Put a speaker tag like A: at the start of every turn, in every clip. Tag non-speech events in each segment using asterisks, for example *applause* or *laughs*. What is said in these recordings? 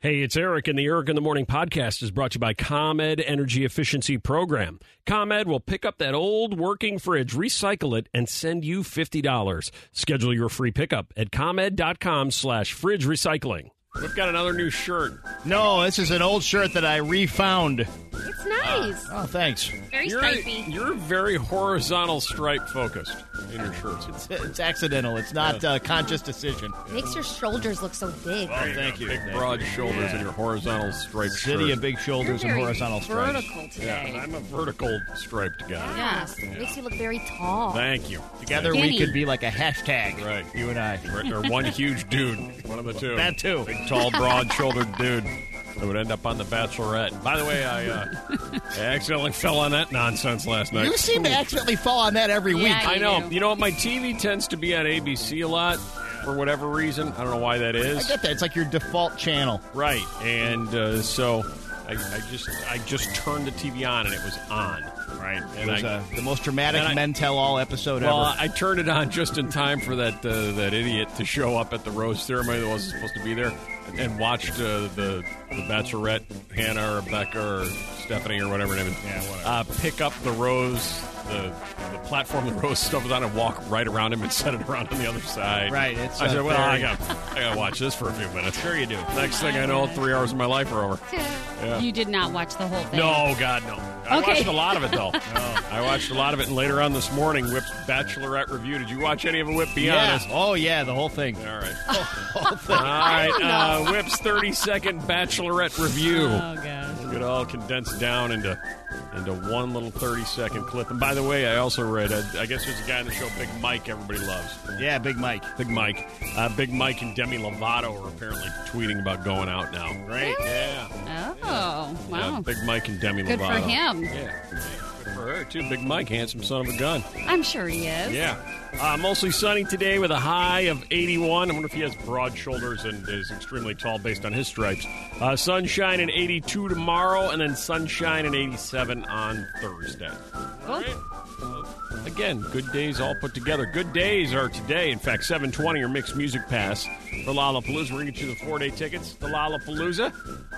A: Hey, it's Eric, and the Eric in the Morning podcast is brought to you by ComEd Energy Efficiency Program. ComEd will pick up that old working fridge, recycle it, and send you $50. Schedule your free pickup at ComEd.com slash fridge recycling. We've got another new shirt.
B: No, this is an old shirt that I refound.
C: It's nice.
D: Ah.
B: Oh, thanks.
C: Very
A: You're,
C: stripy.
A: you're very horizontal stripe focused in your shirts.
B: It's, it's accidental. It's not a conscious decision.
C: Makes your shoulders look so big.
B: Thank you.
A: Big broad shoulders and your horizontal striped
B: City
A: shirt.
B: of big
C: You're
B: shoulders and
C: very
B: horizontal stripes.
C: Vertical today.
A: yeah, I'm a vertical striped guy.
C: Yes. Makes you look very tall.
A: Thank you.
B: Together we
C: Skinny.
B: could be like a hashtag.
A: Right.
B: You and I.
A: Or
B: *laughs*
A: one huge dude. One of the two.
B: That too.
A: Big, tall, broad-shouldered dude that would end up on The Bachelorette. By the way, I,
B: *laughs*
A: uh, I accidentally fell on that nonsense last night.
B: You seem to accidentally fall on that every
C: Yeah,
B: week.
C: you
A: I know.
C: do.
A: You know what? My TV tends to be on ABC a lot for whatever reason. I don't know why that
B: I
A: is.
B: get that. It's like your default channel.
A: Right, and uh, so I, I just I just turned the TV on and it was on. Right,
B: It
A: and
B: was
A: I.
B: uh, the most dramatic
A: and I-
B: men tell all episode
A: well,
B: ever.
A: I turned it on just in time for that uh, that idiot to show up at the rose ceremony that wasn't supposed to be there, and, and watched uh, the the Bachelorette Hannah or Becca or Stephanie or whatever her name is, yeah, Uh, pick up the rose, the the platform the rose stuff was on, and walk right around him and set it around on the other side.
B: Right, it's,
A: I
B: uh,
A: said, well, I
B: very-
A: got I got to watch this for a few minutes. Sure you do. Next thing I know, three hours of my life are over.
D: You did not watch the whole thing.
A: No, God, no. I
D: Okay.
A: watched a lot of
D: *laughs*
A: it though. I watched a lot of it, and later on this morning, Whip's Bachelorette review. Did you watch any of it, Whip? Be
B: yeah.
A: honest.
B: Oh yeah, the whole thing.
A: All
D: *laughs*
A: right. All right. Uh, Whip's thirty-second Bachelorette review.
D: Oh gosh.
A: It all condensed down into into one little thirty-second clip. And by the way, I also read. uh, I, I guess there's a guy on the show, Big Mike. Everybody loves
B: Yeah, Big Mike.
A: Big Mike. Uh, Big Mike and Demi Lovato are apparently tweeting about going out now.
B: Great.
A: Yeah.
D: Oh
A: Yeah,
D: wow.
A: Big Mike and Demi
D: Good for
A: Lovato.
D: him.
A: Yeah. Good for her, too. Big Mike, handsome son of a gun.
D: I'm sure he is.
A: Yeah. Uh, mostly sunny today with a high of 81. I wonder if he has broad shoulders and is extremely tall based on his stripes. Uh, sunshine and 82 tomorrow, and then sunshine and 87 on Thursday. All right. Uh, Again, good days all put together. Good days are today. In fact, 720 or mixed music pass for Lollapalooza. We're going to get you the four-day tickets to Lollapalooza.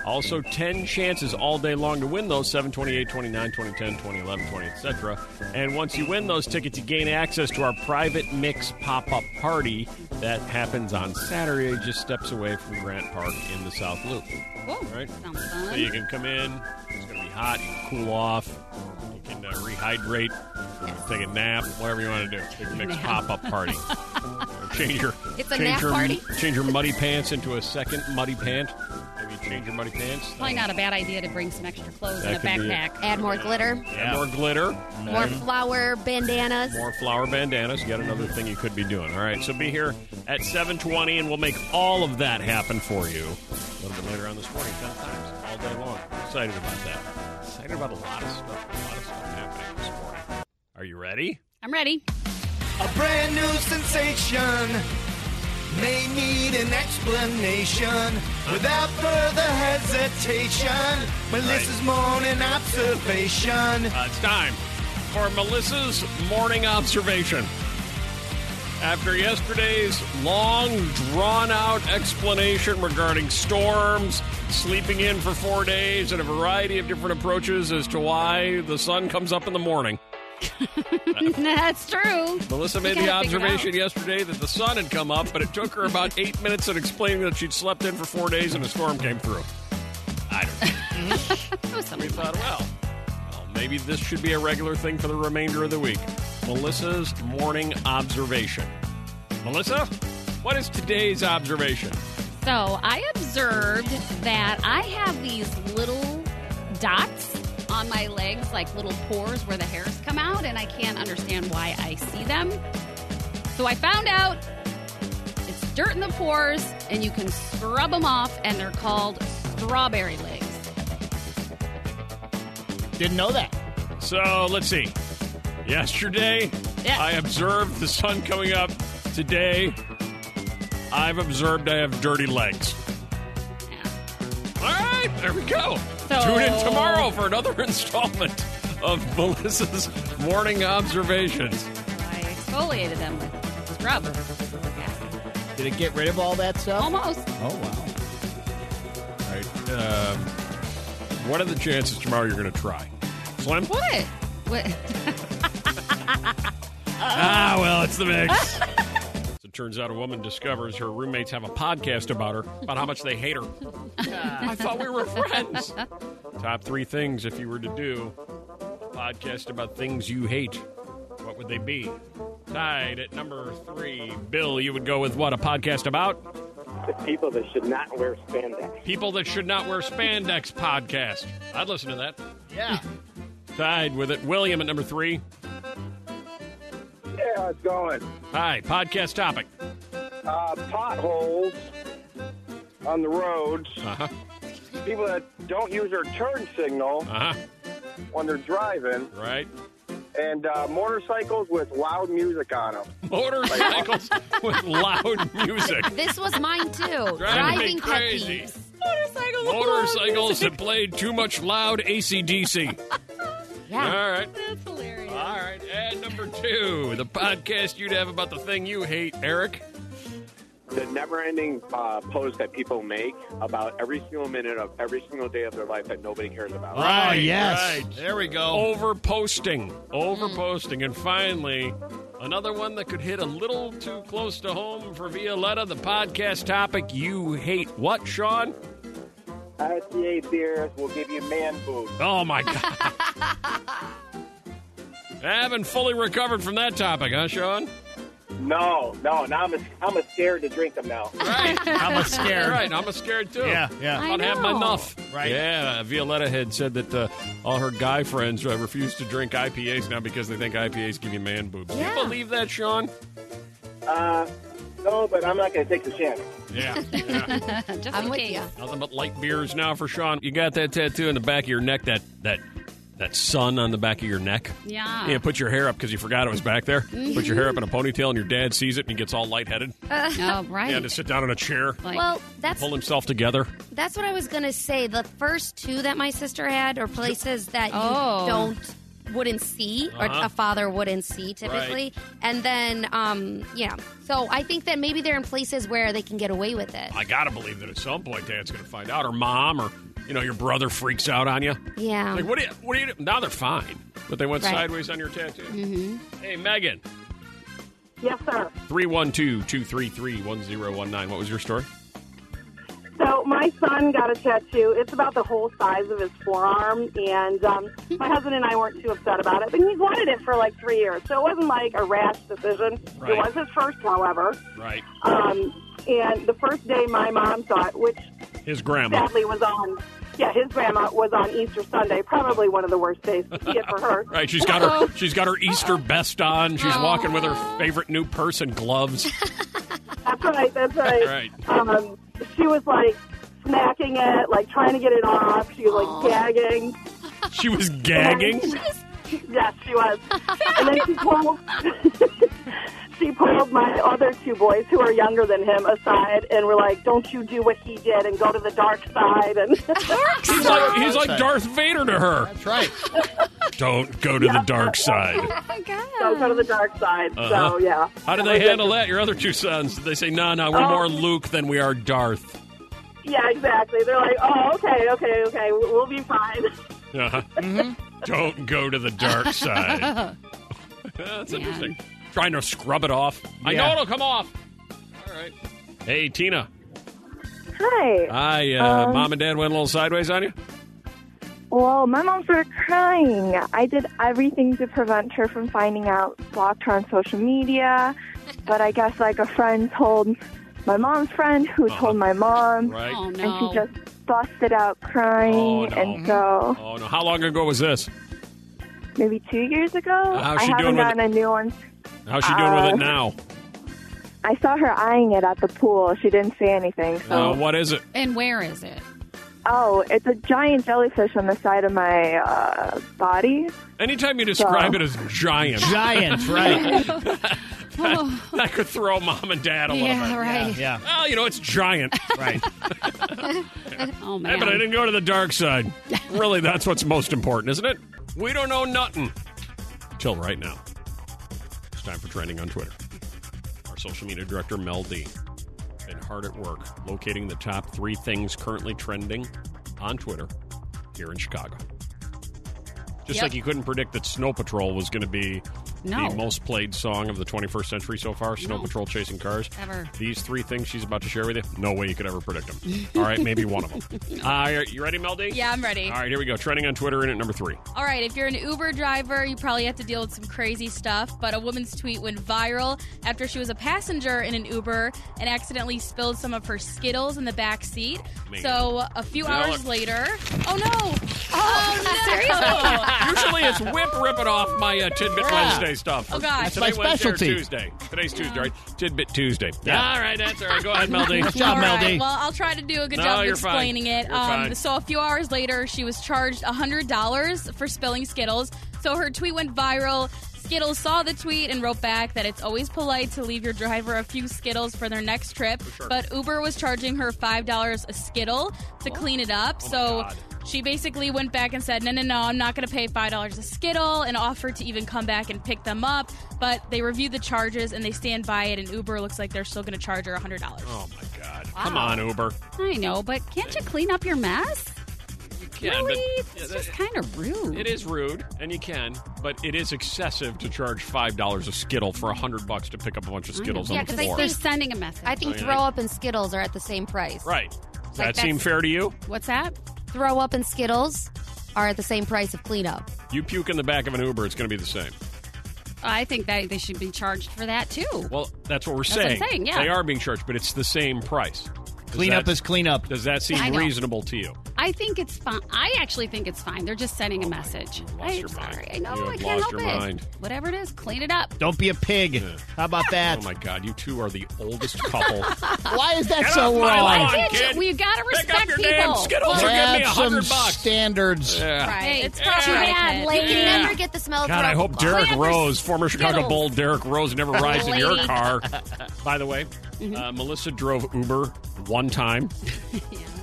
A: Also, 10 chances all day long to win those, 728, 29, 2010, 2011, 20, etc. And once you win those tickets, you gain access to our private mix pop-up party that happens on Saturday, just steps away from Grant Park in the South Loop.
D: Cool.
A: Right.
D: Sounds
A: So
D: fun.
A: you can come in. It's going to be hot. You can cool off. You can uh, rehydrate. You can take a nap. Whatever you want to do. Big mix
D: Nap.
A: pop up
C: *laughs*
A: party. change your
C: It's a
A: change
C: nap
A: your,
C: party?
A: Change your muddy pants into a second muddy pant. Maybe change your muddy pants.
D: Probably not a bad idea to bring some extra clothes
A: That
D: and a
A: could be it.
D: backpack.
C: Add more glitter,
A: And more glitter.
E: Mm-hmm.
C: more flower bandanas.
A: More flower bandanas. Yet another thing you could be doing. All right, so be here at 7:20, and we'll make all of that happen for you a little bit later on this morning, ten times all day long. Excited about that. Excited about a lot of stuff. A lot of stuff happening this morning. Are you ready?
D: I'm ready. *laughs*
F: A brand new sensation may need an explanation without further hesitation. Melissa's morning observation.
A: Uh, it's time for Melissa's morning observation. After yesterday's long, drawn out explanation regarding storms, sleeping in for four days, and a variety of different approaches as to why the sun comes up in the morning,
D: That's true.
A: Melissa
D: You
A: made the
D: gotta figure it
A: observation
D: out.
A: yesterday that the sun had come up, but it took her about eight minutes of explaining that she'd slept in for four days and a storm came through. I don't know.
D: *laughs* That was
A: We
D: something.
A: thought, well, well, maybe this should be a regular thing for the remainder of the week. Melissa's morning observation. Melissa, what is today's observation?
D: So I observed that I have these little dots on my legs, like little pores where the hairs come out, and I can't understand why I see them. So I found out it's dirt in the pores, and you can scrub them off, and they're called strawberry legs.
B: Didn't know that.
A: So let's see. Yesterday,
D: Yes.
A: I observed the sun coming up. Today, I've observed I have dirty legs.
D: Yeah.
A: All right, there we go.
D: So-
A: Tune in tomorrow for another *laughs* installment of Melissa's morning observations.
D: I exfoliated them with scrub. Yeah.
B: Did it get rid of all that stuff?
D: Almost.
B: Oh, wow.
A: All right. Um, what are the chances tomorrow you're going to try? Slim?
D: What? What? *laughs*
A: Ah, well, it's the *laughs* mix. it turns out a woman discovers her roommates have a podcast about her, about how much they hate her. I thought we were friends. Top three things if you were to do a podcast about things you hate, what would they be? Tied at number three. Bill, you would go with what? A podcast about?
G: the people that should not wear spandex.
A: People that should not wear spandex podcast. I'd listen to that. *laughs*
B: Yeah.
A: Tied with it. William at number three.
G: Yeah, how's it going?
A: Hi, podcast topic.
G: Uh, potholes on the roads.
A: Uh huh.
G: People that don't use their turn signal
A: Uh huh.
G: when they're driving, *laughs*
A: Right.
G: and uh, motorcycles with loud music on them.
A: motorcycles with loud
G: *laughs*
A: music.
C: This was mine too. Driving,
A: me
C: pet
A: crazy.
C: peeves.
D: Motorcycle.
A: Motorcycles that played too much loud
G: *laughs*
A: ACDC. All
C: Yeah.
A: right.
D: That's hilarious.
A: All right. And number two, the podcast you'd have about the thing you hate, Eric.
G: The never-ending uh, post that people make about every single minute of every single day of their life that nobody cares about.
B: Oh,
A: Right,
B: yes.
A: right.
B: There we go. Mm.
A: Over posting. Over posting. And finally, another one that could hit a little too close to home for Violetta, the podcast topic you hate. What, Sean?
G: ICA beers will give you man boobs.
A: Oh, my God. Haven't fully recovered from that topic, huh, Sean?
G: No, no, now I'm, I'm scared to drink
H: *laughs*
G: them now.
A: Right.
B: *laughs* I'm
A: All
B: scared.
A: right, I'm scared too.
B: Yeah, yeah.
A: I
D: I
A: don't have
D: know.
A: enough.
B: Right.
A: Yeah, Violetta had said that uh, all her guy friends uh, refuse to drink IPAs now because they think IPAs give you man boobs. Do
C: Yeah.
A: you believe that, Sean?
G: Uh, no, but I'm not going to take the chance.
A: *laughs* Yeah. yeah.
D: Just
C: I'm
D: in
C: with
D: case.
C: you.
A: Nothing but light beers now for Sean. You got that tattoo in the back of your neck, that that that sun on the back of your neck.
D: Yeah.
A: Yeah, put your hair up because you forgot it was back there.
C: Mm-hmm.
A: Put your hair up in a ponytail, and your dad sees it and he gets all lightheaded.
E: *laughs*
D: Oh, right.
A: He had to sit down in a chair,
D: Like,
C: Well, that's
A: pull himself together.
C: that's what I was gonna say. The first two that my sister had are places that you
D: Oh.
C: don't wouldn't see or
A: Uh-huh.
C: a father wouldn't see typically. And then um yeah. So I think that maybe they're in places where they can get away with it.
A: I gotta believe that at some point Dad's gonna find out, or Mom, or you know, your brother freaks out on you.
C: Yeah.
A: Like, what do you? What do you? Do? Now they're fine, but they went
C: Right. Mm-hmm.
A: sideways on your tattoo. Hey, Megan,
H: Yes, sir.
A: three one two two three three one zero one nine. What was your story?
H: So my son got a tattoo. It's about the whole size of his forearm, and um, my husband and I weren't too upset about it. But he's wanted it for like three years, so it wasn't like a rash decision.
A: Right.
H: It was his first, however.
A: Right,
H: Um, and the first day my mom saw it, which
A: his grandma.
H: sadly was on, yeah, his grandma was on Easter Sunday, probably one of the worst days to see it for her.
A: Right, she's got her she's got her Easter best on. She's walking with her favorite new purse and gloves.
H: That's right. That's right.
A: Right.
H: Um, she was like smacking it, like trying to get it off. She was like gagging.
A: She was gagging.
H: *laughs* Yes, she was. and then she pulled, *laughs* she pulled my other two boys, who are younger than him, aside and were like, "Don't you do what he did and go to the dark side." And *laughs*
A: He's like he's like Darth Vader to her.
B: That's *laughs* right.
A: Don't go to the dark side.
C: my god.
H: so go to the dark side.
A: Uh-huh.
H: So yeah.
A: How do they handle that? Your other two sons? Did they say, "No, no, we're more Luke than we are Darth"?
H: Yeah, exactly. They're like, "Oh, okay, okay, okay, we'll we'll be fine."
A: Uh-huh. Don't go to the dark side. That's interesting. Trying to scrub it off. I know
B: Yeah.
A: it'll come off. All right. Hey, Tina.
I: Hi.
A: Hi, uh,
I: Um,
A: mom and dad went a little sideways on you?
I: Well, my mom started crying. I did everything to prevent her from finding out, blocked her on
A: *laughs*
I: social media, but I guess like a friend told my mom's friend who told my mom,
A: Uh-huh. Right.
E: Oh
I: and
E: no!
I: she just busted out crying.
A: Oh, no.
I: And so
A: Oh, no. How long ago was this?
I: maybe two years ago,
A: Mm-hmm. How's
I: I
A: she
I: haven't
A: doing with
I: gotten a new one.
A: How's she doing with
I: Uh,
A: it now?
I: I saw her eyeing it at the pool. She didn't say anything. So,
A: Uh, what is it?
E: and where is it?
I: oh, it's a giant jellyfish on the side of my uh, body.
A: Anytime you describe it as giant,
B: Giant,
A: *laughs*
B: right?
A: that could throw mom and dad a little
E: yeah,
A: bit.
E: right.
B: yeah,
A: Well, you know, it's giant.
B: right.
E: Oh
A: Hey,
E: man!
A: but I didn't go to the dark
E: *laughs*
A: side. really, that's what's most important, isn't it? We don't know nothing. Till right now. It's time for trending on Twitter. Our social media director, Mel D, been hard at work locating the top three things currently trending on Twitter here in Chicago. Just
E: Yep.
A: like you couldn't predict that Snow Patrol was going to be
E: No.
A: the most played song of the 21st century so far, Snow
E: No.
A: Patrol Chasing Cars.
E: Ever.
A: These three things she's about to share with you, no way you could ever predict them. All right, maybe one of them. Uh, you ready, Mel D?
E: Yeah, I'm ready.
A: All right, here we go. Trending on Twitter in at number three.
E: All right, if you're an Uber driver, you probably have to deal with some crazy stuff, but a woman's tweet went viral after she was a passenger in an Uber and accidentally spilled some of her Skittles in the back seat.
A: Man.
E: So a few
A: Now
E: hours
A: it-
E: later, oh no! Oh, *laughs* no! Seriously?
A: *laughs* Usually it's whip ripping off my uh, Tidbit Wednesday stuff.
E: Oh, gosh.
A: Today,
B: That's my
A: Wednesday, or
B: specialty.
A: Tuesday. Today's Tuesday, right? Tidbit Tuesday.
B: Yeah.
A: All right, that's all right. Go ahead, Mel D.
B: Good job,
E: All
B: Mel
E: right,
B: D.
E: Well, I'll try to do a good
A: No,
E: job of
A: you're fine.
E: explaining it. Um,
A: You're fine.
E: So a few hours later, she was charged $100 for spilling Skittles. So her tweet went viral. Skittles saw the tweet and wrote back that it's always polite to leave your driver a few Skittles for their next trip. But Uber was charging her $5 a Skittle to clean it up.
A: oh my
E: so
A: God.
E: she basically went back and said, No, no, no, I'm not going to pay $5 a Skittle and offered to even come back and pick them up. But they reviewed the charges and they stand by it, and Uber looks like they're still going to charge her $100.
A: Oh, my God. Come on, Uber.
E: I know, but can't you clean up your mess?
A: You can,
E: really?
A: but
E: it's just kind of rude.
A: It is rude, and you can, but it is excessive to charge five dollars a skittle for a hundred bucks to pick up a bunch of
E: Mm.
A: skittles
C: Yeah,
A: on the
C: 'cause I
A: floor.
E: They're sending a message.
C: I think
A: Oh, yeah.
C: throw up and Skittles are at the same price.
A: right? Does
C: Like,
A: that seem
C: that's-
A: fair to you?
E: What's that?
C: Throw up and Skittles are at the same price of cleanup.
A: You puke in the back of an Uber, it's going to be the same.
E: I think that they should be charged for that too.
A: Well, that's what we're
E: what I'm
A: saying.
E: saying, yeah.
A: They are being charged, but it's the same price. Does
B: Cleanup
A: that-
B: is cleanup.
A: Does that
E: I
A: seem
E: know.
A: reasonable to you?
E: I think it's fine. I actually think it's fine. They're just sending a message.
A: you lost
E: I'm
A: your mind.
E: sorry. I know.
A: You have
E: I can't
A: lost
E: help
A: your
E: it.
A: mind.
E: Whatever it is, clean it up.
B: Don't be a pig. How about that?
A: Oh my God, you two are the oldest
E: *laughs*
A: couple.
B: Why is that
A: Get
B: so
A: off my
B: wrong?
A: lawn,
E: can't you-
A: kid.
E: we gotta
A: Pick up
E: respect
A: your damn
E: people.
A: skittles or give
B: Have
A: me a
B: some
A: hundred bucks.
B: standards.
A: Yeah.
E: Hey,
C: It's
E: it's
C: not
E: too
C: bad.
E: bad.
C: Like, you
A: Yeah.
C: never get the smell of
A: God, I
C: throw-
A: hope Derek
E: Clever
A: Rose, former Chicago
E: Skittles.
A: Bull Derek
E: *laughs*
A: Rose, never rides in your
E: Lady. *laughs*
A: car. By the way,
E: Mm-hmm.
A: uh, Melissa drove Uber one
E: *laughs*
A: time.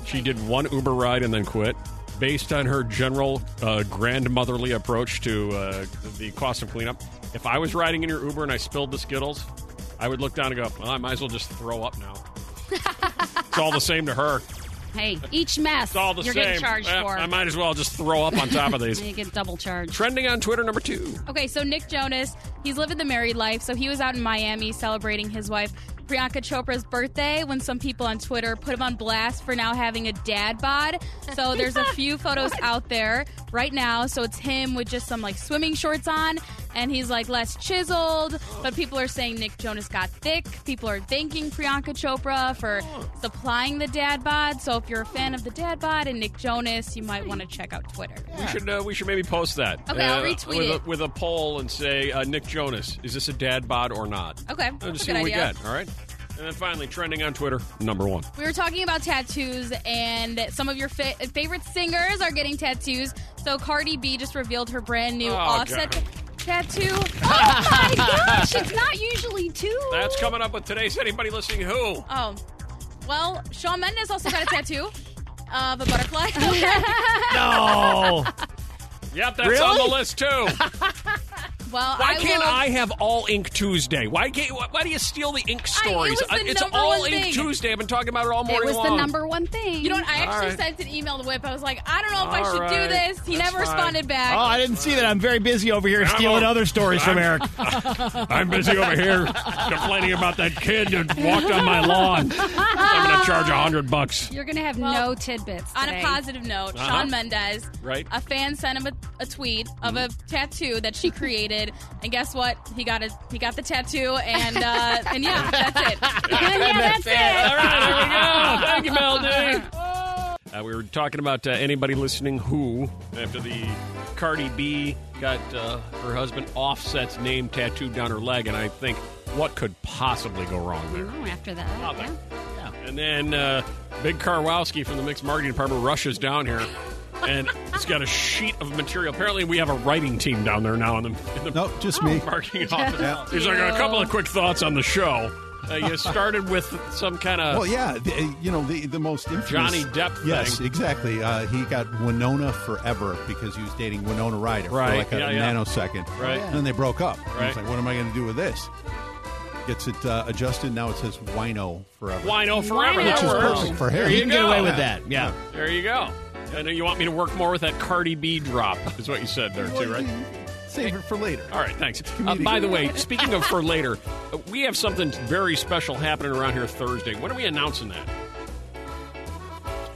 A: She did one Uber ride and then quit. Based on her general uh, grandmotherly approach to uh, the cost of cleanup, if I was riding in your Uber and I spilled the Skittles, I would look down and go, well, I might as well just throw
E: *laughs*
A: up now. it's all the same to her.
E: Hey, each mess
A: It's all the
E: you're
A: same.
E: getting charged
A: Eh,
E: for.
A: I might as well just throw up on top of
E: *laughs*
A: these.
E: you get double charged.
A: Trending on Twitter number two.
E: Okay, so Nick Jonas, he's living the married life. So he was out in Miami celebrating his wife Priyanka Chopra's birthday when some people on Twitter put him on blast for now having a dad bod. So there's a few photos out there right now. So it's him with just some like swimming shorts on and he's like less chiseled, but people are saying Nick Jonas got thick. People are thanking Priyanka Chopra for supplying the dad bod. So if you're a fan of the dad bod and Nick Jonas, you might want to check out Twitter.
A: We should uh, we should maybe post that.
E: Okay, I'll
A: Uh,
E: retweet
A: with
E: it.
A: A, with a poll and say uh, Nick Jonas is this a dad bod or not?
D: Oh,
E: Okay,
A: Uh,
E: that's
A: just
E: a
A: see
E: good
A: what
E: idea.
A: we get. All right, and then finally trending on Twitter number one.
E: We were talking about tattoos, and some of your fa- favorite singers are getting tattoos. So Cardi B just revealed her brand new
A: Oh,
E: Offset
A: God.
E: tattoo.
A: *laughs*
E: Oh my gosh! It's not usually two.
A: That's coming up with today's anybody listening who.
E: Oh, well, Shawn Mendes also got a tattoo of a butterfly.
B: No. Oh.
A: Yep, that's on
D: *laughs*
B: Really?
A: the list too.
D: Well,
A: Why
D: I
A: can't
D: will-
A: I have All Ink Tuesday? Why can't, why, why do you steal the ink
D: I- it
A: stories? Uh,
D: was the
A: it's
D: number
A: All
D: one
A: Ink
D: thing.
A: Tuesday. I've been talking about it all morning
D: It was
A: long.
D: the number one thing.
E: You know what? I actually
A: All right.
E: sent an email to Whip. I was like, I don't know if
A: All
E: I should
A: right.
E: do this. He
A: That's
E: never
A: fine.
E: responded
B: Oh,
E: back.
B: I didn't see that. I'm very busy over here
A: I'm
B: stealing
A: on-
B: other stories from
A: I'm-
B: Eric.
A: *laughs* I'm busy over here *laughs* complaining about that kid that walked on my
D: *laughs*
A: lawn. I'm going to charge a hundred bucks.
D: You're going to have no tidbits.
E: On a
D: today.
E: positive note,
A: Uh-huh.
E: Sean Mendez,
A: Right. Mm-hmm.
E: a fan sent him a, a tweet of a tattoo that she created, and guess what? He got a he got the tattoo, and uh, and yeah, that's
A: *laughs*
E: it.
D: yeah, that's it.
A: All right, there we go. Thank you, Mel D. Uh, we were talking about uh, anybody listening who, after the Cardi B got uh, her husband Offset's name tattooed down her leg, and I think, what could possibly go wrong there?
D: Oh, after that. yeah.
A: And then uh, Big Karwowski from the Mixed Marketing Department rushes down here. And it's got a sheet of material. Apparently, we have a writing team down there now in the, in the
J: Nope, just me.
A: marketing office.
J: Yeah.
A: Oh, He's like, a couple of quick thoughts on the show. Uh,
J: *laughs*
A: you started with some kind of.
J: Well, yeah, the, uh, you know the the most infamous
A: Johnny Depp
J: Yes,
A: thing.
J: exactly. Uh, he got Winona forever because he was dating Winona Ryder
A: Right,
J: for like a
A: yeah, yeah.
J: nanosecond.
A: Right.
J: And then they broke up. And
A: Right.
J: He's like, what am I going to do with this? Gets it uh, adjusted. Now it says Wino forever.
A: Wino forever.
J: Which
A: that
J: is
A: works.
J: perfect for him.
A: There you
B: You can get
A: go.
B: away with that. Yeah.
A: There you go. And you want me to work more with that Cardi B drop, is what you said there, too, right?
J: Save it for later.
A: All right, thanks. Uh, by the way, speaking of for later, uh, we have something very special happening around here Thursday. When are we announcing that?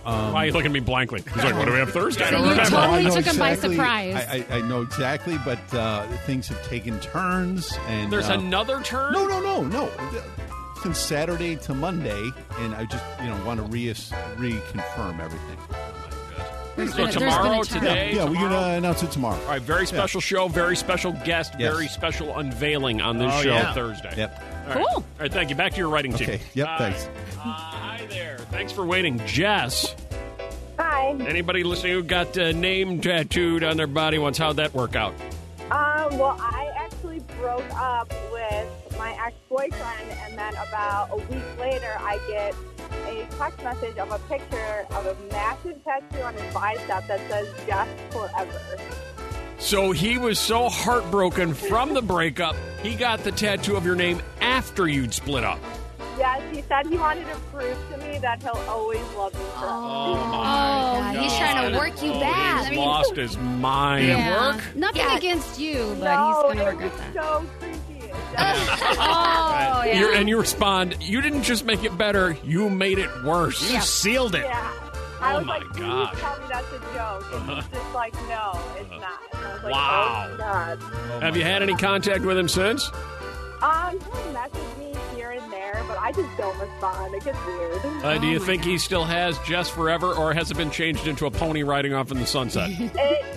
J: Um,
A: Why are you looking at me blankly? He's like, what do we have Thursday?
D: So
A: I don't
D: you
A: remember.
D: totally
J: I know
D: took him by
J: exactly-
D: surprise.
J: I, I, I know exactly, but uh, things have taken turns, and
A: There's
J: uh,
A: another turn?
J: No, no, no, no. Since Saturday to Monday, and I just you know want to re- reconfirm everything.
B: Oh,
D: There's been a- there's
A: So
D: been a
A: tomorrow,
D: turn.
A: today,
J: yeah, we're
A: tomorrow?
J: gonna announce it tomorrow.
A: All right, very special show, very special guest,
J: Yes.
A: very special unveiling on this
B: Oh,
A: show
B: yeah.
A: Thursday.
J: Yep.
A: All right. All right, thank you. Back to your writing team.
J: Okay. Yep,
A: Hi.
J: thanks.
A: Uh, hi there. Thanks for waiting. Jess,
H: Hi.
A: anybody listening who got a name tattooed on their body once, how'd that work out?
H: Um, well, I actually broke up with my ex-boyfriend, and then about a week later, I get a text message of a picture of a massive tattoo on his bicep that says "Just Forever."
A: So he was so heartbroken from the breakup, he got the tattoo of your name after you'd split up.
H: Yes, he said he wanted to prove to me that he'll always love me forever.
C: Oh, he's trying to work you
A: Oh,
C: back.
A: He lost his mind.
D: Yeah. Nothing
C: Yeah.
D: against you, but
H: no,
D: he's going to
H: it
D: regret
H: was
D: that.
H: so creepy. Just-
C: *laughs*
I: *laughs*
D: Oh, yeah.
A: You're- and you respond, you didn't just make it better, you made it worse.
B: You sealed it.
H: yeah. I
A: Oh
H: was
A: my
H: like, please
A: God. Uh-huh.
H: tell me that's a joke. And he's just like, no, it's not. And I was like,
A: Wow.
H: oh, God.
A: Have you had any contact with him since? Uh,
H: Um, he'll message me here and there, but I just don't respond. It gets
A: *laughs*
H: weird.
A: Uh, do you
D: my
A: think he still has Jess forever, or has it been changed into a pony riding off in the sunset?
H: it,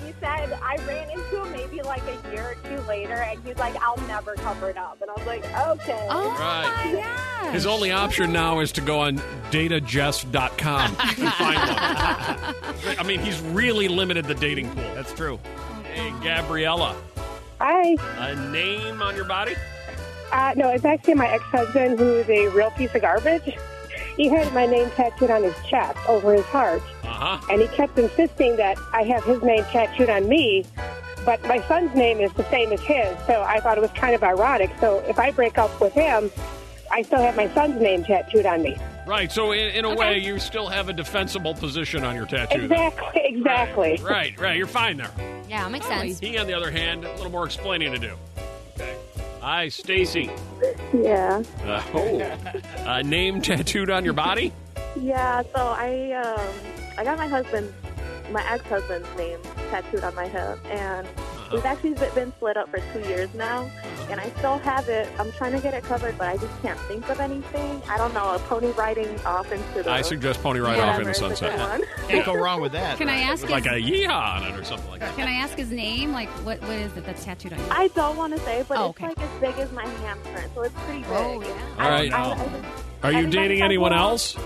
H: he said I ran into him maybe like a year or two later, and he's like, "I'll never cover it up," and I was like, "Okay."
D: Oh,
A: Right.
D: my gosh.
A: His only option now is to go on datajess.com and find one. I mean, he's really limited the dating pool.
B: That's true.
A: Hey, Gabriella,
H: Hi.
A: a name on your body?
H: Uh, no, it's actually my ex-husband who is a real piece of garbage. *laughs* He had my name tattooed on his chest over his heart,
A: Uh huh.
H: and he kept insisting that I have his name tattooed on me. But my son's name is the same as his, so I thought it was kind of ironic. So if I break up with him, I still have my son's name tattooed on me.
A: Right. So, in, in a way, you still have a defensible position on your tattoo. then.
H: Exactly. Exactly.
A: Right, right. You're fine there.
C: Yeah, makes sense.
A: He, on the other hand, a little more explaining to do. Okay. Hi, Stacy.
H: Yeah.
A: Uh, oh. Uh, name tattooed on your body?
H: Yeah, so I um I got my husband my ex husband's name tattooed on my hip and
A: Uh-huh.
H: we've actually been split up for two years now and I still have it. I'm trying to get it covered but I just can't think of anything. I don't know, a pony riding off into the
A: I suggest pony ride off in the sunset.
B: Can't go wrong with that.
D: Can I ask his,
A: Like a yeehaw on it or something like that.
D: Can I ask his name? Like, what, what is it that's tattooed on you?
H: I don't want to say, but
D: Oh,
H: it's
D: okay.
H: like as big as my handprint, so it's pretty big.
D: Oh, yeah.
A: All right.
H: I, I just-
A: Are you
H: Everybody's
A: dating
H: like,
A: anyone
H: "Well,
A: else?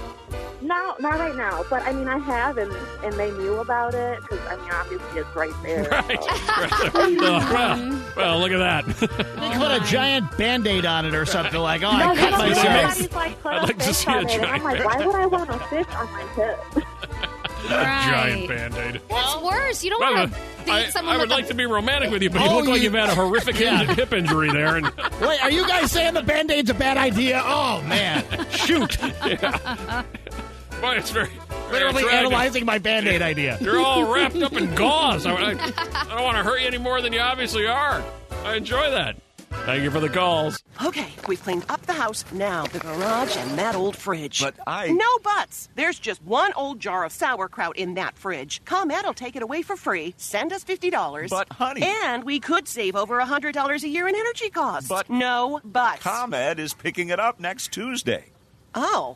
H: No, not right now. But I mean, I have, and and they knew about it because I mean, obviously it's right there.
A: *laughs* Right.
H: so.
A: Right. well, *laughs* well, look at that. *laughs*
B: They put a giant band aid on it or something like, oh, I
H: No,
B: cut
H: that's what
A: makes-
B: myself.
H: everybody's like, put
A: I'd
H: a
A: like to
H: fish
A: see a
H: on it. And I'm
A: giant
H: like, why would I want a fish on my hip?
A: Giant
C: Right.
A: band-aid.
C: That's worse. You don't want to date
A: I,
C: someone
A: I would
C: with
A: like
C: a
A: to be romantic with you, but you
B: Oh,
A: look like
B: you-
A: you've had a horrific
B: Yeah.
A: hip injury there. And
B: Wait, are you guys saying the band aid's a bad idea? Oh, man.
D: *laughs*
A: *laughs*
B: Shoot.
A: boy, it's very
B: Literally
A: very attractive.
B: analyzing my band aid idea.
A: *laughs* You're all wrapped up in gauze. I, I, I don't want to hurt you any more than you obviously are. I enjoy that. Thank you for the calls.
K: Okay, we've cleaned up the house, now the garage and that old fridge.
A: But I-
K: No buts! There's just one old jar of sauerkraut in that fridge. ComEd will take it away for free, send us $50.
L: But, honey-
K: And we could save over $100 a year in energy costs. But. No buts.
L: ComEd is picking it up next Tuesday.
K: oh.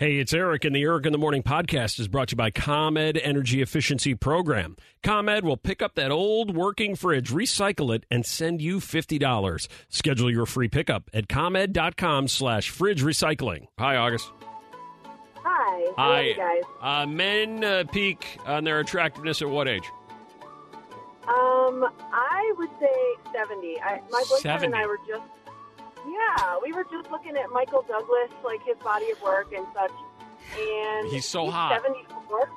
A: Hey, it's Eric, and the Eric in the Morning podcast is brought to you by ComEd Energy Efficiency Program. ComEd will pick up that old working fridge, recycle it, and send you $50. Schedule your free pickup at ComEd.com slash fridge recycling. Hi, August.
H: Hi. How are
A: Hi,
H: you guys?
A: Uh, men uh, peak on their attractiveness at what age?
H: Um, I would say 70. I, my boyfriend
A: 70.
H: and I were just, yeah, we were just looking at Michael Douglas, like his body of work and such. And
A: He's so hot.
H: 74.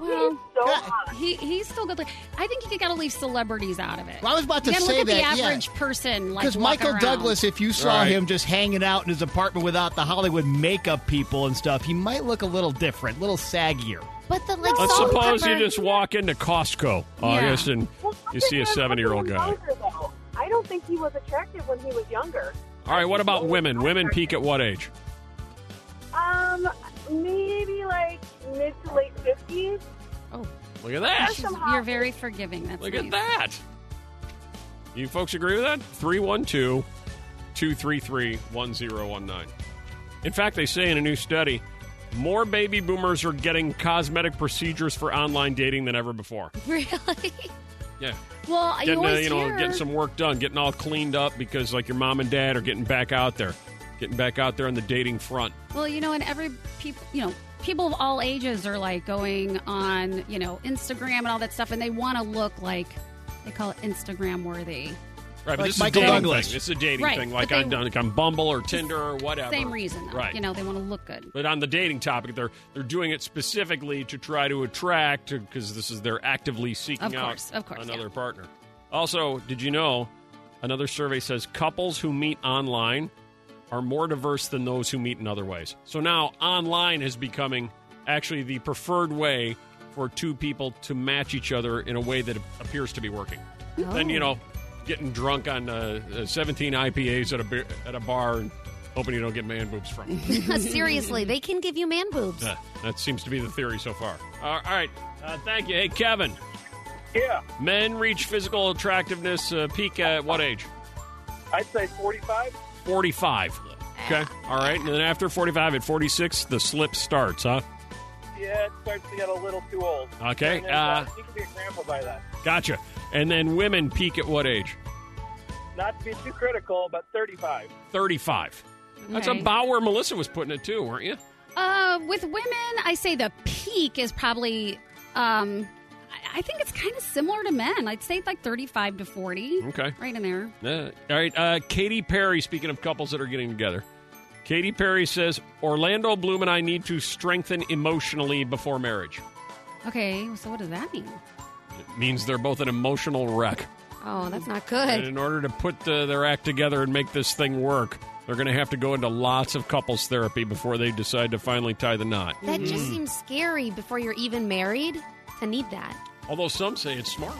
D: Well, uh,
H: so
D: he he's still good. Like, I think you gotta leave celebrities out of it.
B: Well, I was about to
D: you gotta
B: say
D: look at
B: that,
D: the
B: yeah.
D: average person, like
B: Because
D: walking
B: Michael
D: around.
B: Douglas, if you saw
J: Right.
B: him just hanging out in his apartment without the Hollywood makeup people and stuff, he might look a little different, a little *laughs* saggier.
C: But the like
A: Let's
C: salt and
A: suppose you
C: pepper-
A: just walk into Costco,
C: *laughs*
A: August, and you see a 70 year old guy.
H: Younger, though. I don't think he was attractive when he was younger.
A: All right, what about women? Women peak at what age?
H: Um, maybe like mid to late 50s.
A: Look at that.
H: There's some
D: You're very forgiving. That's
A: Look
D: nice.
A: at that. You folks agree with that? 312 233 1019. In fact, they say in a new study, more baby boomers are getting cosmetic procedures for online dating than ever before.
C: *laughs* Really?
A: Yeah.
C: Well, you
A: getting uh,
C: always
A: you know
C: hear
A: getting some work done, getting all cleaned up because like your mom and dad are getting back out there, getting back out there on the dating front.
D: Well, you know, and every people, you know, people of all ages are like going on, you know, Instagram and all that stuff, and they want to look like they call it Instagram worthy.
A: Right, but
B: Like
A: this
B: Michael
A: is a dating
B: Douglas.
A: thing. This is a dating
D: Right,
A: thing,
D: but
A: like
D: they-
A: on, like on Bumble or Tinder or whatever.
D: Same reason, though.
A: right?
D: You know, they want to look good. *laughs*
A: But on the dating topic, they're they're doing it specifically to try to attract because this is they're actively seeking
D: Of
A: out
D: course, of course,
A: another partner. Also, did you know another survey says couples who meet online are more diverse than those who meet in other ways. So now online is becoming actually the preferred way for two people to match each other in a way that appears to be working. Then you
D: Oh.
A: know, getting drunk on uh, uh, 17 IPAs at a beer, at a bar and hoping you don't get man boobs from. it.
C: Seriously, they can give you man boobs.
A: Uh, that seems to be the theory so far. all right. Uh, thank you. Hey, Kevin.
M: Yeah.
A: Men reach physical attractiveness uh, peak at what age?
M: I'd say 45.
A: 45. Okay. All right. And then after 45, at 46, the slip starts, huh?
M: Yeah, it starts to get a little too old.
A: Okay,
M: And then,
A: uh,
M: you can be a grandpa by that.
A: Gotcha. And then women peak at what age?
M: Not to be too critical, but 35.
A: 35. That's
D: Okay.
A: about where Melissa was putting it, too, weren't you?
D: Uh, with women, I say the peak is probably. Um, I- I think it's kind of similar to men. I'd say like thirty-five to forty.
A: Okay.
D: right in there.
A: Uh, all right. Uh, Katy Perry, speaking of couples that are getting together, Katy Perry says Orlando Bloom and I need to strengthen emotionally before marriage.
D: Okay, so what does that mean?
A: It means they're both an emotional wreck.
C: Oh, that's not
A: Hmm. And
C: good.
A: in order to put uh, their act together and make this thing work, they're going to have to go into lots of couples therapy before they decide to finally tie the knot.
C: That just seems scary before you're even married to need that.
A: Although some say it's smart,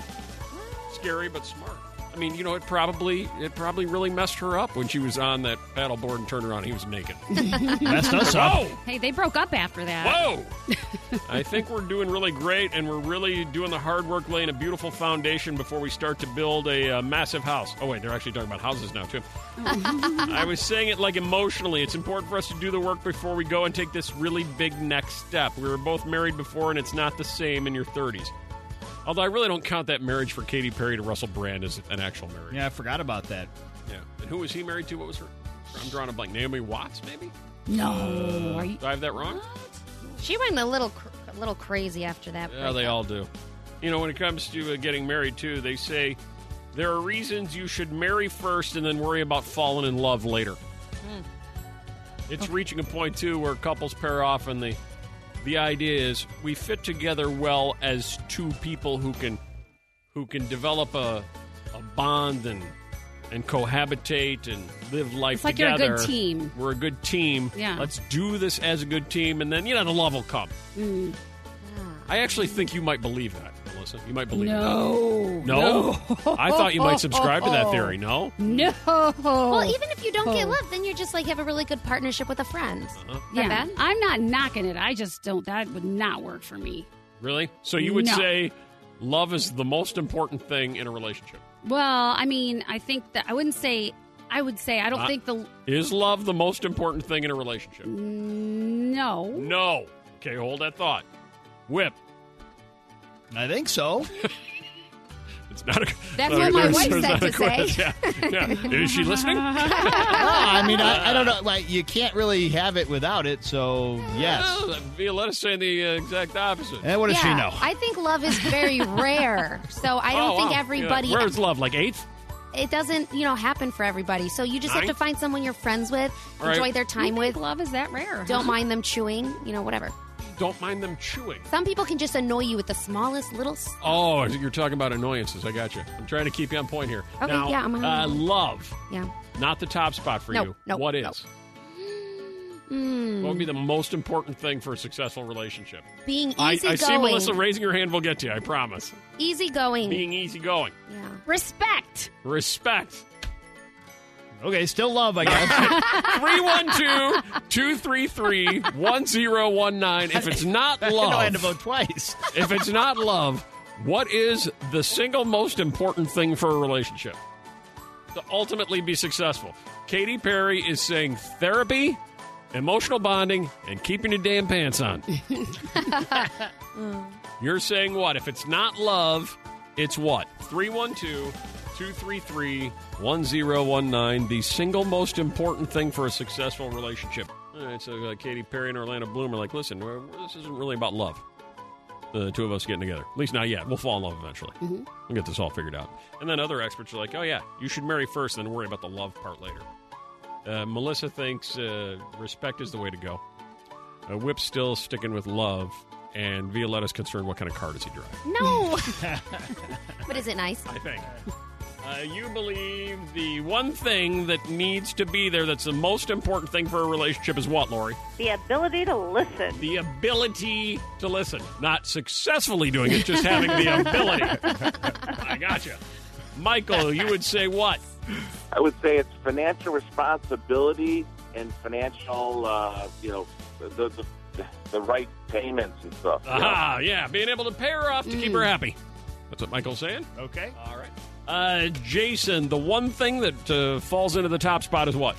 A: scary but smart. I mean, you know, it probably it probably really messed her up when she was on that paddleboard and turned around. He was naked.
B: Messed us up.
A: Whoa!
D: Hey, they broke up after that.
A: Whoa! I think we're doing really great, and we're really doing the hard work, laying a beautiful foundation before we start to build a uh, massive house. Oh wait, they're actually talking about houses now too. I was saying it like emotionally. It's important for us to do the work before we go and take this really big next step. We were both married before, and it's not the same in your 30s. Although I really don't count that marriage for Katy Perry to Russell Brand as an actual
B: *laughs*
A: marriage.
B: Yeah, I forgot about that.
A: Yeah. And who was he married to? What was her? I'm drawing a blank. Naomi Watts, maybe?
C: No. Are you-
A: Do I have that wrong?
C: She went a little cr- a little crazy after that.
A: Yeah, they all do. You know, when it comes to uh, getting married, too, they say there are reasons you should marry first and then worry about falling in love later.
D: Hmm.
C: Mm.
A: It's reaching a point too where couples pair off, and the the idea is we fit together well as two people who can who can develop a a bond and and cohabitate and live life
D: It's like you're a
A: together.
D: good team.
A: We're a good team.
D: Yeah.
A: Let's do this as a good team, and then you know the love will come.
D: Mm.
A: I actually think you might believe that, Melissa. You might believe
D: No.
A: that. No.
C: No.
A: I thought you
B: *laughs*
A: might subscribe to that theory. No.
C: No. Well, even if you don't get love, then you're just like have a really good partnership with a friend.
D: Oh.
A: Uh-huh.
D: Yeah,
C: Not bad.
D: I'm not knocking it. I just don't. That would not work for me.
A: Really? So you would
D: No.
A: say love is the most important thing in a relationship.
D: Well, I mean, I think that I wouldn't say. I would say I don't
A: Uh,
D: think the
A: Is love the most important thing in a relationship?
D: no.
A: No. Okay, hold that thought. Whip.
B: I think *laughs* so.
A: it's not a. *laughs*
B: That's
A: not
B: what
A: a-
B: my
A: there's-
B: wife
A: there's
B: said
A: not a
B: to say.
A: quiz. Yeah.
B: *laughs*
A: Yeah. Is she listening? *laughs*
B: No, I mean, I, I don't know. Like, you can't really have it without it. So, yes.
A: Well, Violetta's saying the uh, exact opposite.
B: And what does she
C: Yeah,
B: know?
C: I think love is
A: *laughs*
C: very rare. So I don't
A: Oh,
C: think
A: wow.
C: everybody.
A: Yeah. Where's love? Like eighth?
C: It doesn't, you know, happen for everybody. So you just have to
A: Ninth?
C: find someone you're friends with,
A: All right.
C: enjoy their time
D: You
C: with.
D: think love is that rare? huh?
C: Don't mind them chewing, you know, whatever.
A: Don't mind them chewing.
C: Some people can just annoy you with the smallest little. s-
A: Oh, you're talking about annoyances. I got you. I'm trying to keep you on point here.
C: Okay,
A: now,
C: yeah, I'm on
A: uh,
C: it.
A: love,
C: Yeah.
A: not the top spot for
C: No,
A: you.
C: no,
A: what is?
C: no. Mm.
A: What would be the most important thing for a successful relationship?
C: Being
A: I, I
C: easygoing.
A: see Melissa raising her hand. We'll get to you. I promise.
C: Easygoing.
A: Being easygoing,
C: yeah.
D: Respect.
B: *laughs*
A: respect.
B: Okay, still love, I guess.
A: 312-233-1019. If it's
B: *laughs*
A: not
B: I
A: love,
B: know I had to vote twice.
A: if it's not love, what is the single most important thing for a relationship to ultimately be successful? Katy Perry is saying therapy, emotional bonding, and keeping your damn pants on. You're saying what? If it's not love, it's what? 312 233 1019. The single most important thing for a successful relationship. All right, so uh, Katy Perry and Orlando Bloom are like, listen, we're, this isn't really about love. The two of us getting together. At least not yet. We'll fall in love eventually. We'll get this all figured out. And then other experts are like, oh, yeah, you should marry first, then worry about the love part later. Uh, Melissa thinks uh, respect is the way to go. Uh, Whip's still sticking with love, and Violetta's concerned what kind of car does he drive. *laughs*
C: No. but is it nice?
A: I think. *laughs* Uh, you believe the one thing that needs to be there that's the most important thing for a relationship is what, Lori?
N: The ability to listen.
A: The ability to listen. Not successfully doing it, just having the ability. I gotcha. Michael, you would say what?
O: I would say it's financial responsibility and financial, uh, you know, the, the the right payments and stuff. you know.
A: Aha, yeah, being able to pay her off to keep her happy. That's what Michael's saying.
B: Okay.
A: All right. Uh, Jason, the one thing that uh, falls into the top spot is what?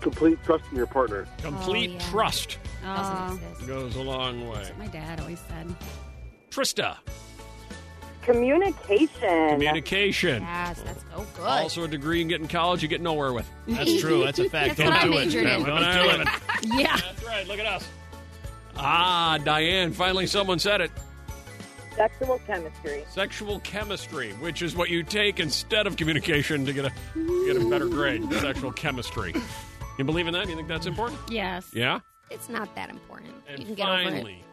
G: Complete trust in your partner.
A: Complete
D: yeah.
A: trust
D: Uh,
A: goes a long way.
D: my dad always said.
A: Trista,
N: Communication.
A: communication.
C: Yes, that's so good.
A: Also, a degree you can get in college, you get nowhere with.
B: That's true. That's a fact. That's
A: Don't
B: what
A: do
B: I
A: it.
B: majored in.
A: Yeah,
B: Don't
A: don't
B: do
A: do it.
D: Yeah.
A: That's right. Look at us. Ah, Diane, finally someone said it.
N: Sexual chemistry.
A: Sexual chemistry, which is what you take instead of communication to get a get a better *laughs* grade. Sexual chemistry. You believe in that? You think that's important?
C: *laughs* Yes.
A: Yeah.
C: It's not that important. you can
A: And
C: get over it. *laughs*
A: finally,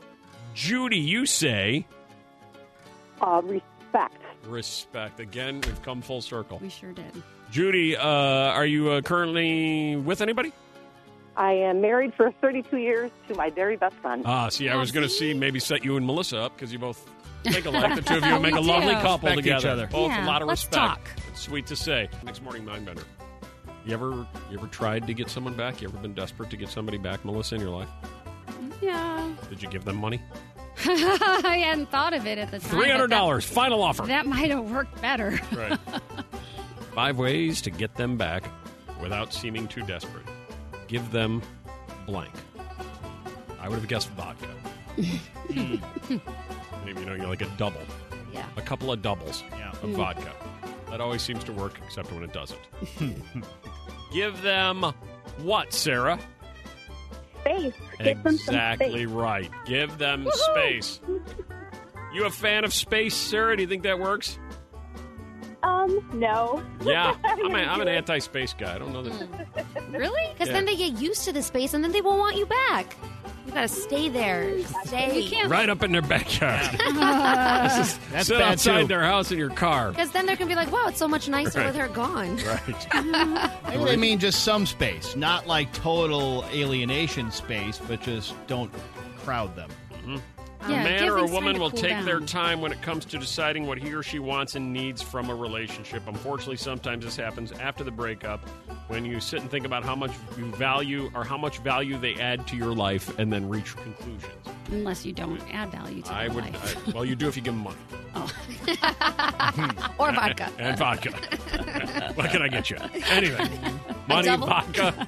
A: Judy, you say
N: Uh, respect.
A: respect. Again, we've come full circle.
D: We sure did.
A: Judy, uh, are you uh, currently with anybody?
N: I am married for 32 years to my very best friend.
A: Ah, see, I was going to see maybe set you and Melissa up because you both
N: *laughs*
A: think alike. The two of you make
N: We
A: a lovely
N: do.
A: couple
N: Respect
A: together.
N: each other.
A: Both
N: Yeah,
A: a lot of
N: let's
A: respect.
N: talk.
A: It's sweet to say. Next morning, mind bender. You ever you ever tried to get someone back? You ever been desperate to get somebody back, Melissa, in your life?
D: Yeah.
A: Did you give them money?
D: I hadn't thought of it at the time.
A: Three hundred dollars, final
D: but
A: offer.
D: That, that might have worked better.
N: *laughs*
A: Right. Five ways to get them back without seeming too desperate. Give them blank.
N: *laughs*
A: I would have guessed vodka. Hmm. Maybe you know you're like a double.
C: Yeah.
A: a couple of doubles of
P: Mm.
A: vodka. That always seems to work, except when
B: *laughs*
A: it doesn't. Give them what, Sarah?
P: Space. Get them some
A: Exactly
P: space.
A: right. Give them
P: Woohoo!
A: space. You a fan of space, Sarah? Do you think that
P: *laughs*
A: works?
H: Um, no.
A: Yeah, I'm, a,
C: gonna
A: I'm
C: do
A: an
C: it.
A: anti-space guy. I don't know that.
P: *laughs*
C: Really? Because
A: Yeah.
C: then they get used to the space and then they won't want you back. You gotta stay there. Stay.
A: Right up in their backyard.
C: Because
B: That's
A: Sit
B: bad,
A: outside
B: too.
A: their house in your car.
C: then they're gonna be like, wow, it's so much nicer
B: Right.
C: with her gone. *laughs*
A: Right.
B: Maybe they mean just some space, not like total alienation space, but just don't crowd them.
A: a man or a woman will take their time when it comes to deciding what he or she wants and needs from a relationship. Unfortunately, sometimes this happens after the breakup when you sit and think about how much you value or how much value they add to your life and then reach conclusions.
D: Unless you don't add value to
A: I
D: their
A: would,
D: life.
A: I, well, you do if you give them money.
C: or
A: vodka.
D: *laughs*
A: And vodka. *laughs* what can I get you? Anyway, money,
D: double?
A: vodka.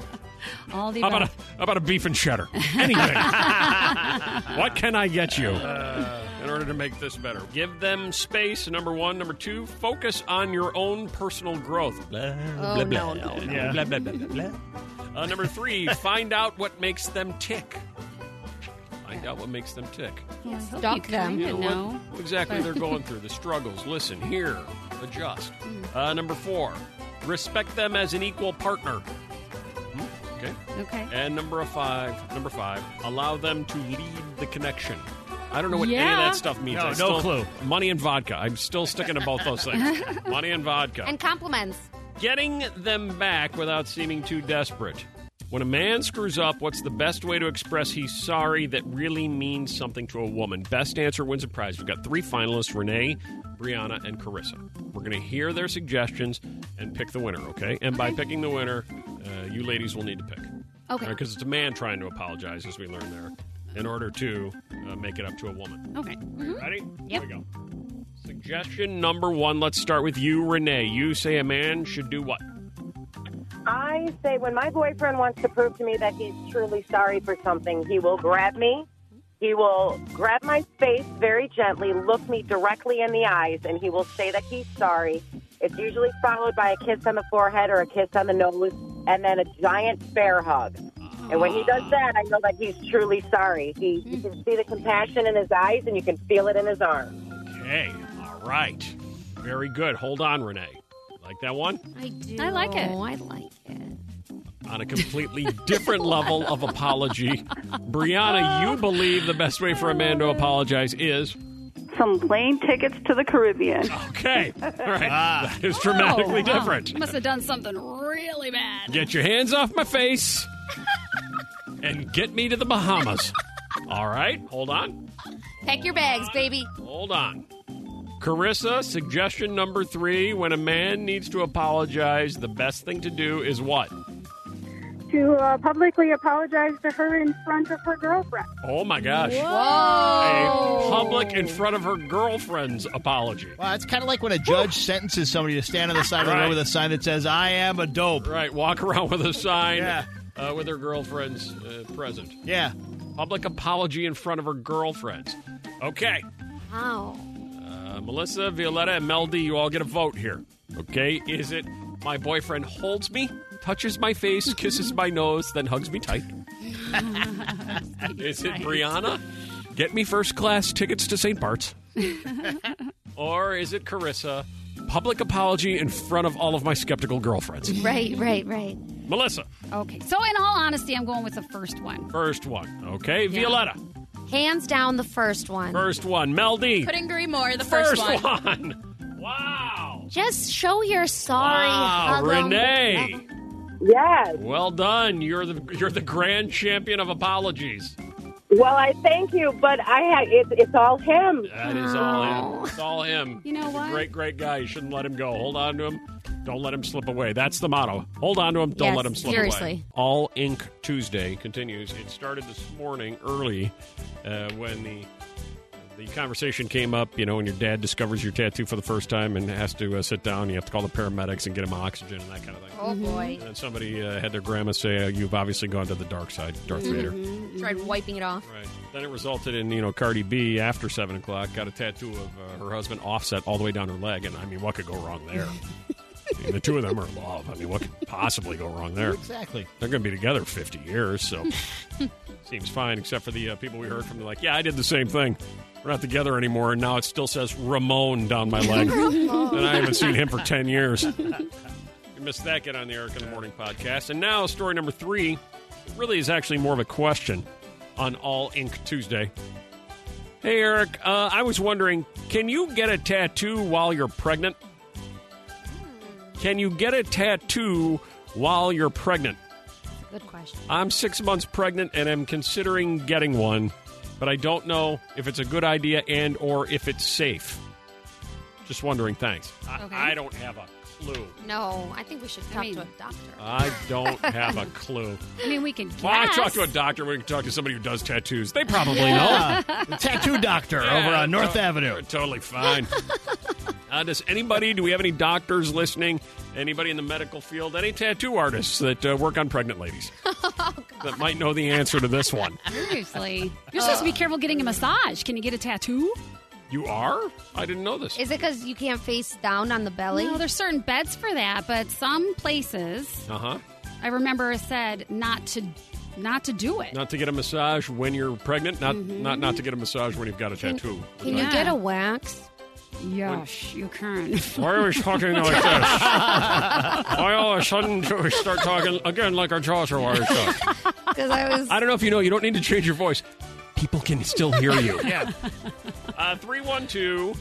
D: All the
A: How about, a,
D: above.
A: how about a beef and cheddar?
P: *laughs*
A: Anything. what can I get you Uh, in order to make this better? Give them space, number one. Number two, focus on your own personal growth. Blah,
P: Oh, no, no, no.
A: Yeah. Blah, blah, blah, blah, blah. Uh, number
P: *laughs*
A: three, find out what makes them tick. Find out what makes them tick.
D: Yeah, I hope
C: Stalk
D: you
C: them.
D: kinda
A: You know
D: know.
A: what exactly
D: But-
A: they're going through, the struggles. Listen, hear, adjust.
P: Hmm.
A: Uh, number four, respect them as an equal partner. Hmm, Okay.
D: Okay.
A: And number five, number five, allow them to lead the connection. I don't know what any of
C: Yeah.
A: that stuff means.
B: No,
A: I
B: no
A: still-
B: clue.
A: Money and vodka. I'm still sticking to both those things. money and vodka.
C: And compliments.
A: Getting them back without seeming too desperate. When a man screws up, what's the best way to express he's sorry that really means something to a woman? Best answer wins a prize. We've got three finalists Renee, Brianna, and Carissa. We're going to hear their suggestions and pick the winner, okay? And by picking the winner, uh, you ladies will need to pick.
D: Okay.
A: Because it's a man trying to apologize, as we learned there, in order to uh, make it up to a woman.
D: Okay.
A: Ready?
D: Mm-hmm. Yep.
A: Here we go. Suggestion number one. Let's start with you, Renee. You say a man should do what?
Q: I say when my boyfriend wants to prove to me that he's truly sorry for something, he will grab me. He will grab my face very gently, look me directly in the eyes, and he will say that he's sorry. It's usually followed by a kiss on the forehead or a kiss on the nose, and then a giant bear hug. And when he does that, I know that he's truly sorry. He, you can see the compassion in his eyes, and you can feel it in his arms.
A: Okay. All right. Very good. Hold on, Renee. Like that one?
C: I do.
D: I like it.
C: I like it.
A: On a completely different level of apology. Brianna, you believe the best way for a man to apologize is.
H: Some plane tickets to the Caribbean. *laughs*
A: Okay. All right. that is dramatically
D: Oh, wow.
A: different.
D: Must have done something really bad.
A: Get your hands off my face and get me to the Bahamas. All right. Hold on.
C: Pack your bags, baby.
A: Hold on. Carissa, suggestion number three when a man needs to apologize, the best thing to do is what?
P: To uh, publicly apologize to her in front of her girlfriend.
A: Oh my gosh.
P: Whoa.
A: A public in front of her girlfriend's apology.
B: Wow, it's kind of like when a judge sentences somebody to stand on the side of the
A: Right.
B: road with a sign that says, I am a dope.
A: Right, walk around with a sign uh, with her girlfriend's uh, present.
B: Yeah.
A: Public apology in front of her girlfriends. Okay.
C: Wow.
A: Uh, Melissa, Violetta, and Mel D, you all get a vote here. Okay? Is it my boyfriend holds me, touches my face, kisses my nose, then hugs me tight? Is it Brianna? Get me first class tickets to St. Bart's. or is it Carissa? Public apology in front of all of my skeptical girlfriends.
D: Right, right, right.
A: Melissa,
D: Okay. So, in all honesty, I'm going with the first one.
A: first one. Okay, Violetta,
C: Hands down the first one.
A: first one. Mel D,
E: Couldn't agree more. The
A: first,
E: first, one.
A: one.
C: Just show you're sorry.
A: Wow,
C: Hug 'em.
A: Renee.
Q: Yes.
A: Well done. You're the you're the grand champion of apologies.
Q: Well, I thank you, but I ha- it's it's all him.
A: That is all him. It's all him.
Q: You know
A: He's
Q: what?
A: A great, great guy. You shouldn't let him go. Hold on to him. Don't let him slip away. That's the motto. Hold on to him. Don't
P: Yes,
A: let him slip away.
P: seriously.
A: All Ink Tuesday continues. It started this morning early uh, when the the conversation came up, you know, when your dad discovers your tattoo for the first time and has to uh, sit down, you have to call the paramedics and get him oxygen and that kind of thing.
C: Oh, boy.
A: And somebody uh, had their grandma say, uh, "You've obviously gone to the dark side, Darth Vader."
C: Tried wiping it off.
A: Right. Then it resulted in you know Cardi B after seven o'clock got a tattoo of uh, her husband Offset all the way down her leg, and I mean, what could go wrong there? I mean, the two of them are in love. I mean, what could possibly go wrong there? *laughs*
B: Exactly.
A: They're going to be together fifty years, so *laughs* seems fine. Except for the uh, people we heard from, they're like, "Yeah, I did the same thing." We're not together anymore, and now it still says Ramon down my leg,
F: Ramon.
A: and I haven't seen him for ten years. You missed that. Get on the Eric in the Morning podcast. And now, story number three really is actually more of a question on All Ink Tuesday. Hey, Eric, uh, I was wondering can you get a tattoo while you're pregnant? Can you get a tattoo while you're pregnant?
C: Good question.
A: I'm six months pregnant and am considering getting one, but I don't know if it's a good idea and or if it's safe. Just wondering. Thanks. I,
C: Okay.
A: I don't have a clue.
C: No, I think we should talk to a doctor.
A: I
C: *laughs*
A: don't have a clue.
D: I mean, we can guess.
A: Well, I talk to a doctor. We can talk to somebody who does tattoos. They probably
B: Yeah.
A: know. uh,
B: The tattoo doctor over on North Avenue.
A: *laughs*
C: *laughs*
A: Totally fine. uh, does anybody? Do we have any doctors listening? Anybody in the medical field? Any tattoo artists that uh, work on pregnant
C: *laughs*
A: ladies
C: Oh,
A: that might know the answer to this one?
C: *laughs*
D: Seriously. You're supposed to be careful getting a massage. Can you get a tattoo?
A: You are? I didn't know this.
C: Is it because you can't face down on the belly?
D: No, there's certain beds for that, but some places
A: Uh huh.
D: I remember it said not to not to do it.
A: Not to get a massage when you're pregnant. Not
D: Mhm.
A: not not to get a massage when you've got a tattoo.
C: Mm-hmm. Can you get a wax?
D: Yes, you can.
A: Why
C: *laughs*
A: are we talking like this? Why all of a sudden do we start talking again like our jaws are wired shut?
C: Because I was.
A: I don't know if you know, you don't need to change your voice. People can still hear *laughs* you.
F: Yeah.
A: Uh, 312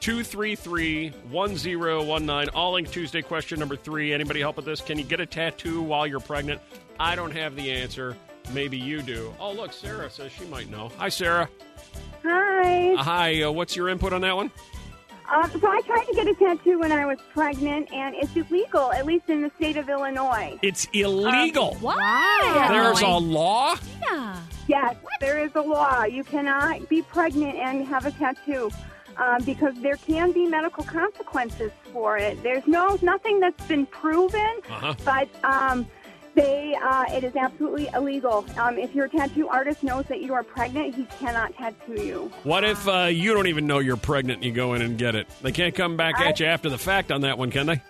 A: 233 1019. All Ink Tuesday question number three. Anybody help with this? Can you get a tattoo while you're pregnant? I don't have the answer. Maybe you do. Oh, look, Sarah says she might know. Hi, Sarah.
P: Hi.
A: Uh, hi, uh, what's your input on that one?
P: Uh, so I tried to get a tattoo when I was pregnant, and it's illegal, at least in the state of Illinois.
A: It's illegal.
P: Why?
A: There's a law?
P: Yes, there is a law. You cannot be pregnant and have a tattoo um, because there can be medical consequences for it. There's no nothing that's been proven,
F: Uh-huh.
P: but um, they uh, it is absolutely illegal. Um, if your tattoo artist knows that you are pregnant, he cannot tattoo you.
A: What if uh, you don't even know you're pregnant and you go in and get it? They can't come back at you after the fact on that one, can they?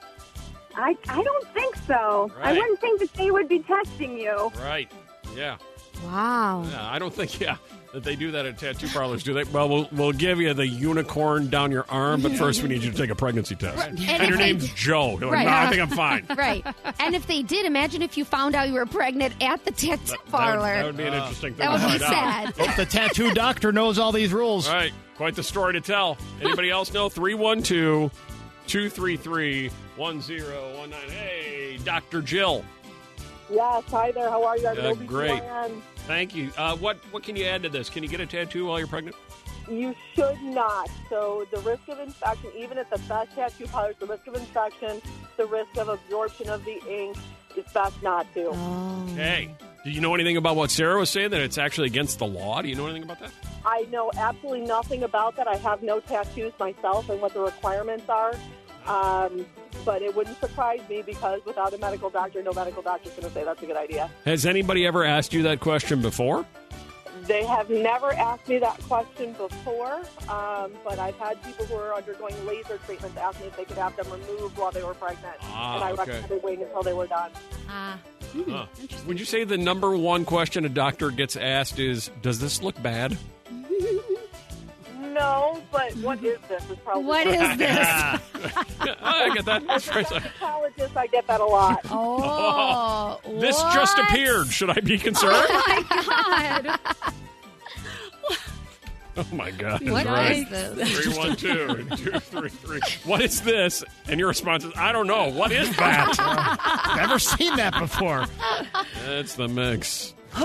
P: I, I don't think so. I
A: Right.
P: wouldn't think that they would be testing you.
A: Right. Yeah.
C: Wow.
A: Yeah, I don't think yeah that they do that at tattoo parlors, do they? Well, we'll we'll give you the unicorn down your arm, but first we need you to take a pregnancy test.
C: Right.
A: And,
C: And if
A: your
C: they-
A: name's Joe. You're like, "No, I think I'm fine.
C: right. And if they did, imagine if you found out you were pregnant at the tattoo *laughs*
A: That
C: parlor.
A: would, that would be an interesting thing.
C: That
A: to
C: would be
A: find out.
B: Hope the tattoo doctor knows all these rules.
A: All right, quite the story to tell. Anybody else know? 312 233 1019. Hey, Dr. Jill.
R: Yes, hi there. How are you? I'm
A: Uh,
R: OBGYN.
A: great. Thank you. Uh, what, what can you add to this? Can you get a tattoo while you're pregnant?
R: You should not. So the risk of infection, even at the best tattoo parlors, the risk of infection, the risk of absorption of the ink, it's best not to.
A: Hey, do you know anything about what Sarah was saying? That it's actually against the law? Do you know anything about that?
R: I know absolutely nothing about that. I have no tattoos myself and what the requirements are. Um, but it wouldn't surprise me because without a medical doctor, no medical doctor's going to say that's a good idea.
A: Has anybody ever asked you that question before?
R: They have never asked me that question before, um, but I've had people who are undergoing laser treatments ask me if they could have them removed while they were pregnant,
A: Ah,
R: and I
A: okay.
R: recommended waiting until they were done.
D: Ah,
A: Huh. Would you say the number one question a doctor gets asked is, "Does this look bad?"
R: no, but what is this? Is probably
F: Mm-hmm.
R: *laughs*
F: What is this?
A: Ah. I get that. *laughs* That's right.
R: Psychologist, I get that a lot.
A: Oh, This just appeared. Should
F: *laughs*
A: I
F: Oh
A: be concerned?
D: my God.
A: *laughs* oh my god!
F: What
A: That's right.
F: is this?
A: Three one two two three three. What is this? And your response is, "I don't know. What is that?
B: *laughs* Never seen that before."
A: That's the mix.
K: Oh.